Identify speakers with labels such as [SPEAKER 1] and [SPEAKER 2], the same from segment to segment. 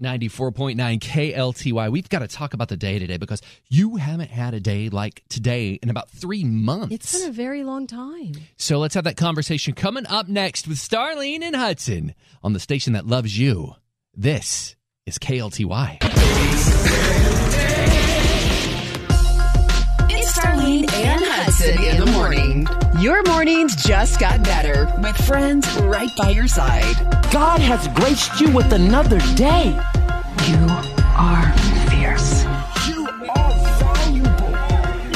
[SPEAKER 1] 94.9 KLTY. We've got to talk about the day today because you haven't had a day like today in about three months.
[SPEAKER 2] It's been a very long time.
[SPEAKER 1] so let's have that conversation coming up next with Starlene and Hudson on the station that loves you. This is KLTY.
[SPEAKER 3] It's Darlene and Hudson in the morning. Your mornings just got better with friends right by your side.
[SPEAKER 4] God has graced you with another day.
[SPEAKER 3] You are fierce.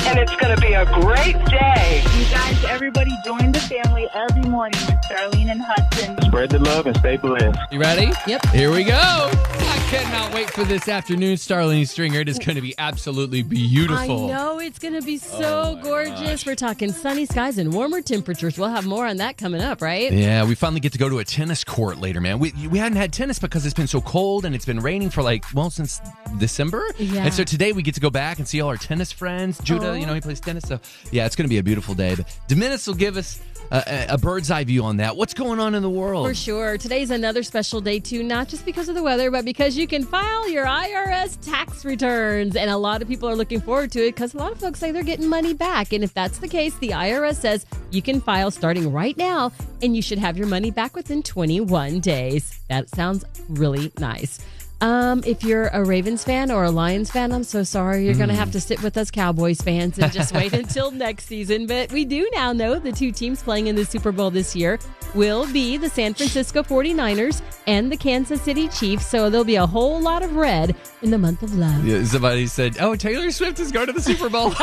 [SPEAKER 5] and it's going to be a great day.
[SPEAKER 6] You guys, everybody join the family every morning with Darlene and Hudson.
[SPEAKER 7] Spread the love and stay blessed.
[SPEAKER 1] You ready?
[SPEAKER 2] Yep.
[SPEAKER 1] Here we go. I cannot wait for this afternoon, Starlene Stringer. It is going to be absolutely beautiful. Oh
[SPEAKER 2] I know it's going to be so gorgeous. We're talking sunny skies and warmer temperatures. We'll have more on that coming up, right?
[SPEAKER 1] Yeah, we finally get to go to a tennis court later, man. We, we hadn't had tennis because it's been so cold and it's been raining for like, well, since December.
[SPEAKER 2] Yeah.
[SPEAKER 1] And so today we get to go back and see all our tennis friends. Judah,
[SPEAKER 2] Oh.
[SPEAKER 1] you know, he plays tennis. So, yeah, it's going to be a beautiful day. But Dominis will give us a, a a bird's eye view on that. What's going on in the world?
[SPEAKER 2] For sure. Today's another special day, too, not just because of the weather, but because you can file your IRS tax returns. And a lot of people are looking forward to it because a lot of folks say they're getting money back. And if that's the case, the IRS says you can file starting right now and you should have your money back within 21 days. That sounds really nice. Um, if you're a Ravens fan or a Lions fan, I'm so sorry. You're going to have to sit with us Cowboys fans and just wait until next season. But we do now know the two teams playing in the Super Bowl this year will be the San Francisco 49ers and the Kansas City Chiefs. So there'll be a whole lot of red in the month of love.
[SPEAKER 1] Yeah, somebody said, oh, Taylor Swift is going to the Super Bowl.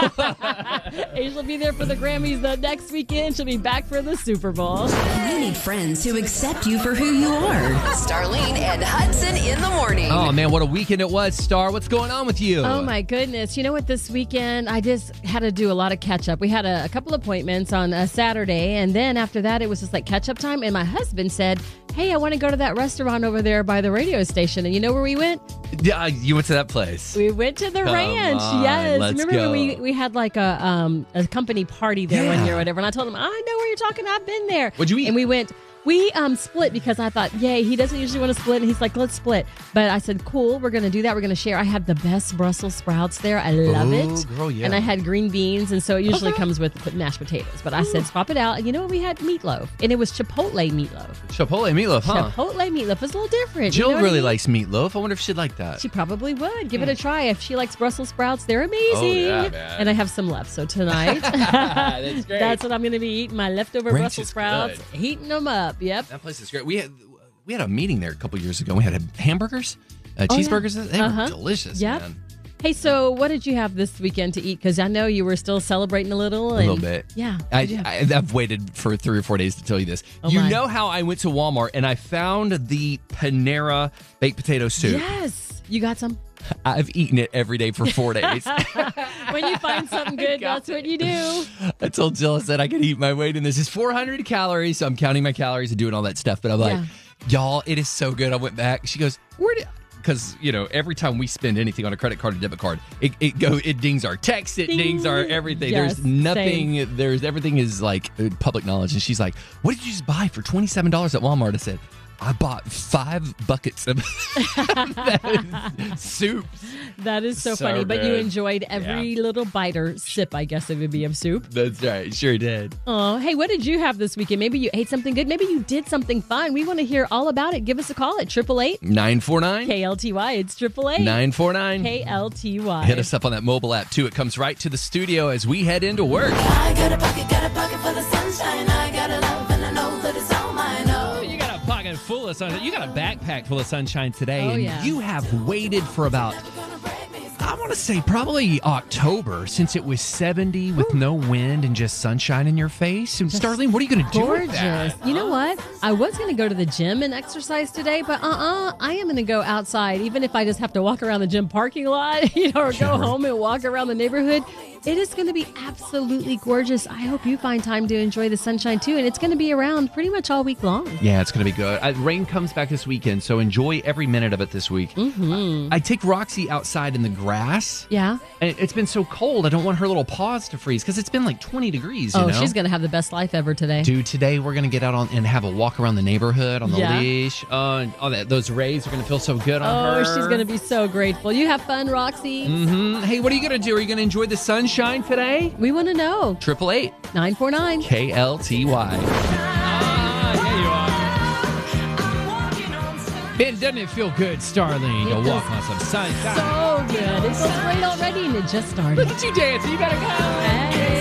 [SPEAKER 2] And she'll be there for the Grammys the next weekend. She'll be back for the Super Bowl.
[SPEAKER 3] You need friends who accept you for who you are. Starlene and Hudson in the morning.
[SPEAKER 1] oh, man, what a weekend it was, Star. What's going on with you?
[SPEAKER 2] Oh my goodness. You know what? This weekend, I just had to do a lot of catch up. We had a, a couple appointments on a Saturday, and then after that, it was just like catch up time. And my husband said, Hey, I want to go to that restaurant over there by the radio station. And you know where we went?
[SPEAKER 1] Yeah, you went to that place.
[SPEAKER 2] We went to the
[SPEAKER 1] Come
[SPEAKER 2] ranch.
[SPEAKER 1] on,
[SPEAKER 2] yes.
[SPEAKER 1] let's
[SPEAKER 2] Remember
[SPEAKER 1] go.
[SPEAKER 2] we we had like a um a company party there
[SPEAKER 1] Yeah.
[SPEAKER 2] one year or whatever. And I told him, I know where you're talking. I've been there.
[SPEAKER 1] What'd you eat?
[SPEAKER 2] And we went. We um split because I thought, yay, he doesn't usually want to split, and he's like, let's split. But I said, cool, we're gonna do that. We're gonna share. I had the best Brussels sprouts there. I love
[SPEAKER 1] Ooh,
[SPEAKER 2] it.
[SPEAKER 1] girl, yeah.
[SPEAKER 2] And I had green beans, and so it usually comes with p- mashed potatoes. But I said, swap it out. And you know what? We had meatloaf, and it was Chipotle meatloaf.
[SPEAKER 1] Chipotle meatloaf, huh?
[SPEAKER 2] Chipotle meatloaf is a little different. you
[SPEAKER 1] Jill
[SPEAKER 2] know what I
[SPEAKER 1] really
[SPEAKER 2] mean?
[SPEAKER 1] likes meatloaf. I wonder if she'd like that.
[SPEAKER 2] She probably would. Give it a try. If she likes Brussels sprouts, they're amazing.
[SPEAKER 1] Hmm. Oh, yeah, man.
[SPEAKER 2] And I have some left. So tonight,
[SPEAKER 1] That's great.
[SPEAKER 2] that's what I'm going to be eating my leftover
[SPEAKER 1] Ranch
[SPEAKER 2] Brussels
[SPEAKER 1] is
[SPEAKER 2] sprouts, heating them up. Yep.
[SPEAKER 1] That place is great. We had we had a meeting there a couple years ago. We had hamburgers, uh, cheeseburgers. They
[SPEAKER 2] Uh-huh.
[SPEAKER 1] were delicious.
[SPEAKER 2] Yep.
[SPEAKER 1] man.
[SPEAKER 2] Hey, so what did you have this weekend to eat? Because I know you were still celebrating a little.
[SPEAKER 1] A
[SPEAKER 2] And,
[SPEAKER 1] little bit.
[SPEAKER 2] Yeah.
[SPEAKER 1] I,
[SPEAKER 2] What'd you have?
[SPEAKER 1] I, I've waited for three or four days to tell you this.
[SPEAKER 2] Oh,
[SPEAKER 1] you
[SPEAKER 2] my.
[SPEAKER 1] know how I went to Walmart and I found the Panera baked potato soup.
[SPEAKER 2] yes. You got some?
[SPEAKER 1] I've eaten it every day for four days.
[SPEAKER 2] When you find something good,
[SPEAKER 1] got
[SPEAKER 2] that's what you do.
[SPEAKER 1] I told Jill I said I could eat my weight in this. It's 400 calories, so I'm counting my calories and doing all that stuff. But I'm like, y'all, it is so good. I went back. She goes, where did? Because you know, every time we spend anything on a credit card or debit card, it, it go it dings our text, it
[SPEAKER 2] Ding.
[SPEAKER 1] dings our everything.
[SPEAKER 2] Yes,
[SPEAKER 1] There's nothing. There's everything is like uh, public knowledge. And she's like, what did you just buy for twenty seven dollars at Walmart? I said. I bought five buckets of soups.
[SPEAKER 2] That is so,
[SPEAKER 1] So
[SPEAKER 2] funny. But you
[SPEAKER 1] good.
[SPEAKER 2] enjoyed every little bite or sip, I guess it would be, of soup.
[SPEAKER 1] That's right, sure did.
[SPEAKER 2] Oh, hey, what did you have this weekend? Maybe you ate something good. Maybe you did something fun. We want to hear all about it. Give us a call at 888
[SPEAKER 1] Nine four nine.
[SPEAKER 2] KLTY. It's 888
[SPEAKER 1] Nine four nine.
[SPEAKER 2] KLTY.
[SPEAKER 1] Hit us up on that mobile app too. It comes right to the studio as we head into work.
[SPEAKER 8] I got a pocket, got a pocket full of sunshine. I got a love and I know that it's all mine. Oh.
[SPEAKER 1] You got a pocket full of sunshine. You got a backpack full of sunshine today,
[SPEAKER 2] Oh,
[SPEAKER 1] and
[SPEAKER 2] yeah.
[SPEAKER 1] you have waited for about
[SPEAKER 8] Gonna break me.
[SPEAKER 1] I want to say probably October since it was 70 with no wind and just sunshine in your face. And Starling, what are you going to do with
[SPEAKER 2] Gorgeous.
[SPEAKER 1] that?
[SPEAKER 2] You know what? I was going to go to the gym and exercise today, but uh uh I am going to go outside, even if I just have to walk around the gym parking lot, you know, or go home and walk around the neighborhood. It is going to be absolutely gorgeous. I hope you find time to enjoy the sunshine too. And it's going to be around pretty much all week long.
[SPEAKER 1] Yeah, it's going to be good. Uh, rain comes back this weekend, so enjoy every minute of it this week. I, I take Roxy outside in the grass.
[SPEAKER 2] Mm-hmm. Yeah.
[SPEAKER 1] And it's been so cold. I don't want her little paws to freeze because it's been like 20 degrees. You
[SPEAKER 2] oh,
[SPEAKER 1] know?
[SPEAKER 2] she's going to have the best life ever today.
[SPEAKER 1] Dude, today we're gonna get out on and have a walk around the neighborhood on the
[SPEAKER 2] Yeah.
[SPEAKER 1] leash. Uh, and all that those rays are gonna feel so good on her.
[SPEAKER 2] Oh, she's going to be so grateful. You have fun, Roxy.
[SPEAKER 1] hmm Hey, what are you gonna do? Are you gonna enjoy the sunshine today?
[SPEAKER 2] We want to know.
[SPEAKER 1] Triple eight
[SPEAKER 2] 949.
[SPEAKER 1] K L T Y. Man, doesn't it feel good, Starling,
[SPEAKER 2] It
[SPEAKER 1] to walk
[SPEAKER 2] does.
[SPEAKER 1] on some sunshine?
[SPEAKER 2] So good. It feels great already and it just started.
[SPEAKER 1] Look at you dancing. You gotta go.
[SPEAKER 2] Hey.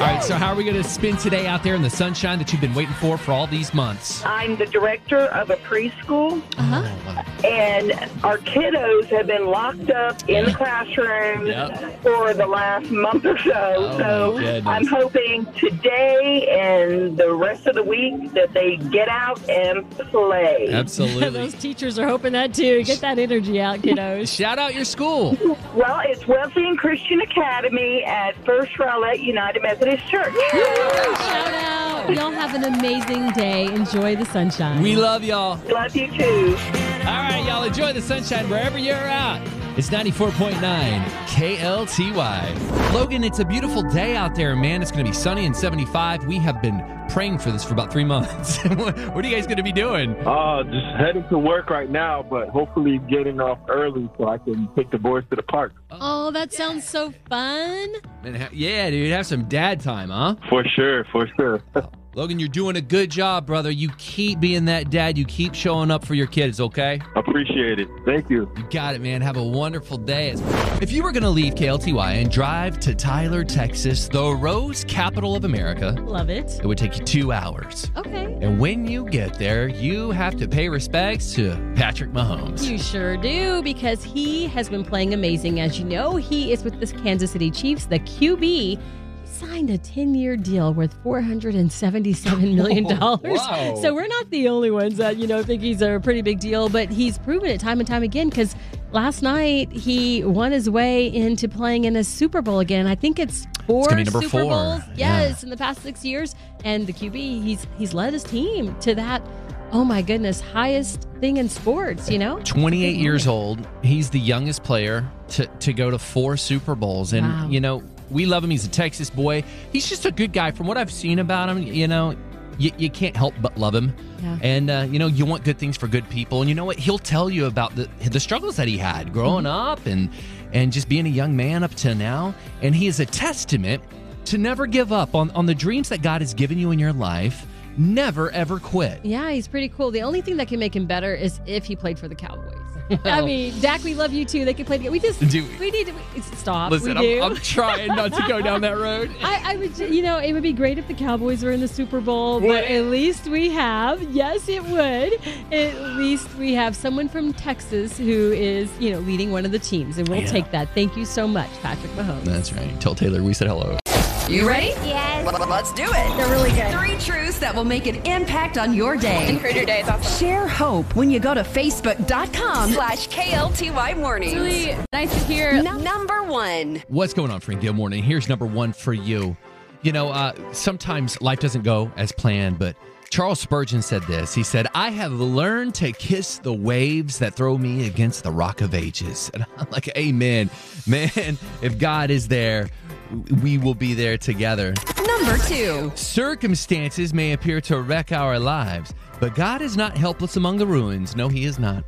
[SPEAKER 1] All right, so how are we gonna spend today out there in the sunshine that you've been waiting for for all these months?
[SPEAKER 6] I'm the director of a preschool,
[SPEAKER 1] Oh, wow.
[SPEAKER 6] and our kiddos have been locked up in the classrooms
[SPEAKER 1] Yep.
[SPEAKER 6] for the last month or so.
[SPEAKER 1] Oh, my
[SPEAKER 6] so
[SPEAKER 1] goodness.
[SPEAKER 6] I'm hoping today and the rest of the week that they get out and play.
[SPEAKER 1] Absolutely.
[SPEAKER 2] Those teachers are hoping that too. Get that energy out, kiddos.
[SPEAKER 1] Shout out your school.
[SPEAKER 6] Well, it's Wesleyan Christian Academy at First Rowlett United Methodist Church.
[SPEAKER 2] Shout out. Y'all have an amazing day. Enjoy the sunshine.
[SPEAKER 1] We love y'all.
[SPEAKER 6] Love you too.
[SPEAKER 1] All right, y'all enjoy the sunshine wherever you're at. It's 94.9 KLTY. Logan, it's a beautiful day out there, man. It's going to be sunny and 75. We have been praying for this for about three months. what what are you guys going to be doing?
[SPEAKER 7] Uh, just heading to work right now, but hopefully getting off early so I can take the boys to the park.
[SPEAKER 2] Oh, that sounds so fun.
[SPEAKER 1] Man, ha- yeah, dude, have some dad time, huh?
[SPEAKER 7] For sure, for sure.
[SPEAKER 1] Logan, you're doing a good job, brother. You keep being that dad. You keep showing up for your kids, okay?
[SPEAKER 7] Appreciate it. Thank you.
[SPEAKER 1] You got it, man. Have a wonderful day. If you were going to leave KLTY and drive to Tyler, Texas, the rose capital of America,
[SPEAKER 2] Love it.
[SPEAKER 1] It would take you two hours.
[SPEAKER 2] Okay.
[SPEAKER 1] And when you get there, you have to pay respects to Patrick Mahomes.
[SPEAKER 2] You sure do, because he has been playing amazing. As you know, he is with the Kansas City Chiefs, the QB. He signed a 10 year deal worth $477 million.
[SPEAKER 1] Oh, Wow.
[SPEAKER 2] So we're not the only ones that, you know, think he's a pretty big deal, but he's proven it time and time again because last night he won his way into playing in a Super Bowl again. I think it's four
[SPEAKER 1] gonna be number
[SPEAKER 2] Super
[SPEAKER 1] four.
[SPEAKER 2] Bowls.
[SPEAKER 1] Yeah.
[SPEAKER 2] Yes, in the past six years. And the QB, he's he's led his team to that, oh my goodness, highest thing in sports, you know?
[SPEAKER 1] 28 years old. He's the youngest player to, to go to four Super Bowls. And,
[SPEAKER 2] Wow.
[SPEAKER 1] you know, we love him. He's a Texas boy. He's just a good guy. From what I've seen about him, you know, you, you can't help but love him.
[SPEAKER 2] Yeah.
[SPEAKER 1] And, uh, you know, you want good things for good people. And you know what? He'll tell you about the, the struggles that he had growing
[SPEAKER 2] Mm-hmm.
[SPEAKER 1] up and, and just being a young man up to now. And he is a testament to never give up on, on the dreams that God has given you in your life. Never, ever quit.
[SPEAKER 2] Yeah, he's pretty cool. The only thing that can make him better is if he played for the Cowboys. I mean, Dak, we love you too. They can play together. We just,
[SPEAKER 1] Do-
[SPEAKER 2] we need to we, stop.
[SPEAKER 1] Listen,
[SPEAKER 2] we do.
[SPEAKER 1] I'm, I'm trying not to go down that road.
[SPEAKER 2] I, I would, ju- you know, it would be great if the Cowboys were in the Super Bowl, but at least we have, yes, it would. At least we have someone from Texas who is, you know, leading one of the teams, and we'll take that. Thank you so much, Patrick Mahomes.
[SPEAKER 1] That's right. Tell Taylor we said hello.
[SPEAKER 3] You ready? Yes. Let's do it. They're really good. Three truths that will make an impact on your day. Improve your day. Share hope when you go to facebook.com slash KLTY mornings.
[SPEAKER 2] nice to hear.
[SPEAKER 3] Num- number one.
[SPEAKER 1] What's going on, Frank Gilmore? And here's number one for you. You know, uh, sometimes life doesn't go as planned, but Charles Spurgeon said this. He said, I have learned to kiss the waves that throw me against the rock of ages. And I'm like, Amen. Man, if God is there, we will be there together.
[SPEAKER 3] Number two.
[SPEAKER 1] Circumstances may appear to wreck our lives, but God is not helpless among the ruins. No, He is not.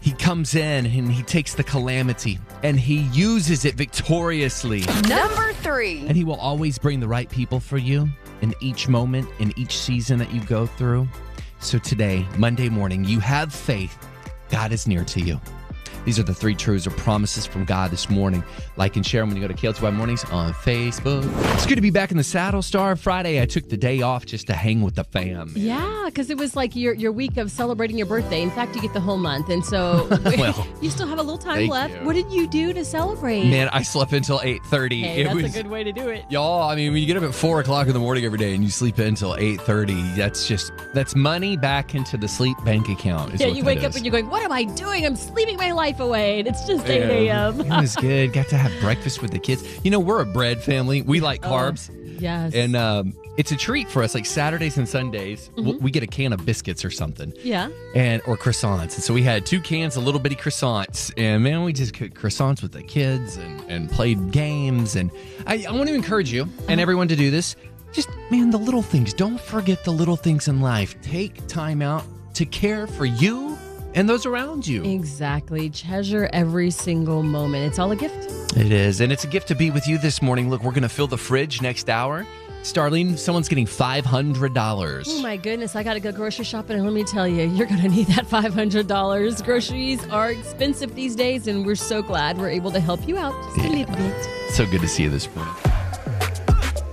[SPEAKER 1] He comes in and He takes the calamity and He uses it victoriously.
[SPEAKER 3] Number three.
[SPEAKER 1] And He will always bring the right people for you in each moment, in each season that you go through. So today, Monday morning, you have faith. God is near to you. These are the three truths or promises from God this morning. Like and share them when you go to KLTY Mornings on Facebook. It's good to be back in the saddle, Star. Friday, I took the day off just to hang with the fam.
[SPEAKER 2] Yeah, because it was like your your week of celebrating your birthday. In fact, you get the whole month, and so
[SPEAKER 1] Well,
[SPEAKER 2] you still have a little time
[SPEAKER 1] thank
[SPEAKER 2] left.
[SPEAKER 1] you.
[SPEAKER 2] What did you do to celebrate?
[SPEAKER 1] Man, I slept until 8.30.
[SPEAKER 2] Hey,
[SPEAKER 1] It
[SPEAKER 2] that's
[SPEAKER 1] was-
[SPEAKER 2] a good way to do it.
[SPEAKER 1] Y'all, I mean, when you get up at four o'clock in the morning every day and you sleep in until eight thirty, that's just that's money back into the sleep bank account. Is
[SPEAKER 2] Yeah,
[SPEAKER 1] what
[SPEAKER 2] you
[SPEAKER 1] that
[SPEAKER 2] wake up
[SPEAKER 1] is.
[SPEAKER 2] and you're going, "What am I doing? I'm sleeping my life life away, and it's just 8
[SPEAKER 1] It
[SPEAKER 2] a.m.
[SPEAKER 1] was good. Got to have breakfast with the kids. You know, we're a bread family. We like
[SPEAKER 2] Oh.
[SPEAKER 1] carbs.
[SPEAKER 2] Yes.
[SPEAKER 1] And um, it's a treat for us. Like Saturdays and Sundays, w we get a can of biscuits or something,
[SPEAKER 2] Mm-hmm. yeah.
[SPEAKER 1] and or croissants. And so we had two cans of little bitty croissants, and man, we just cooked croissants with the kids and, and played games. And I, I want to encourage you
[SPEAKER 2] Uh-huh.
[SPEAKER 1] and everyone to do this. Just man, the little things. Don't forget the little things in life. Take time out to care for you and those around you.
[SPEAKER 2] Exactly. Treasure every single moment. It's all a gift.
[SPEAKER 1] It is, and it's a gift to be with you this morning. Look, we're going to fill the fridge next hour. Starling, someone's getting five hundred dollars.
[SPEAKER 2] Oh my goodness, I got to go grocery shopping, and let me tell you, you're going to need that $500. Groceries are expensive these days, and we're so glad we're able to help you out just a little bit.
[SPEAKER 1] So good to see you this morning.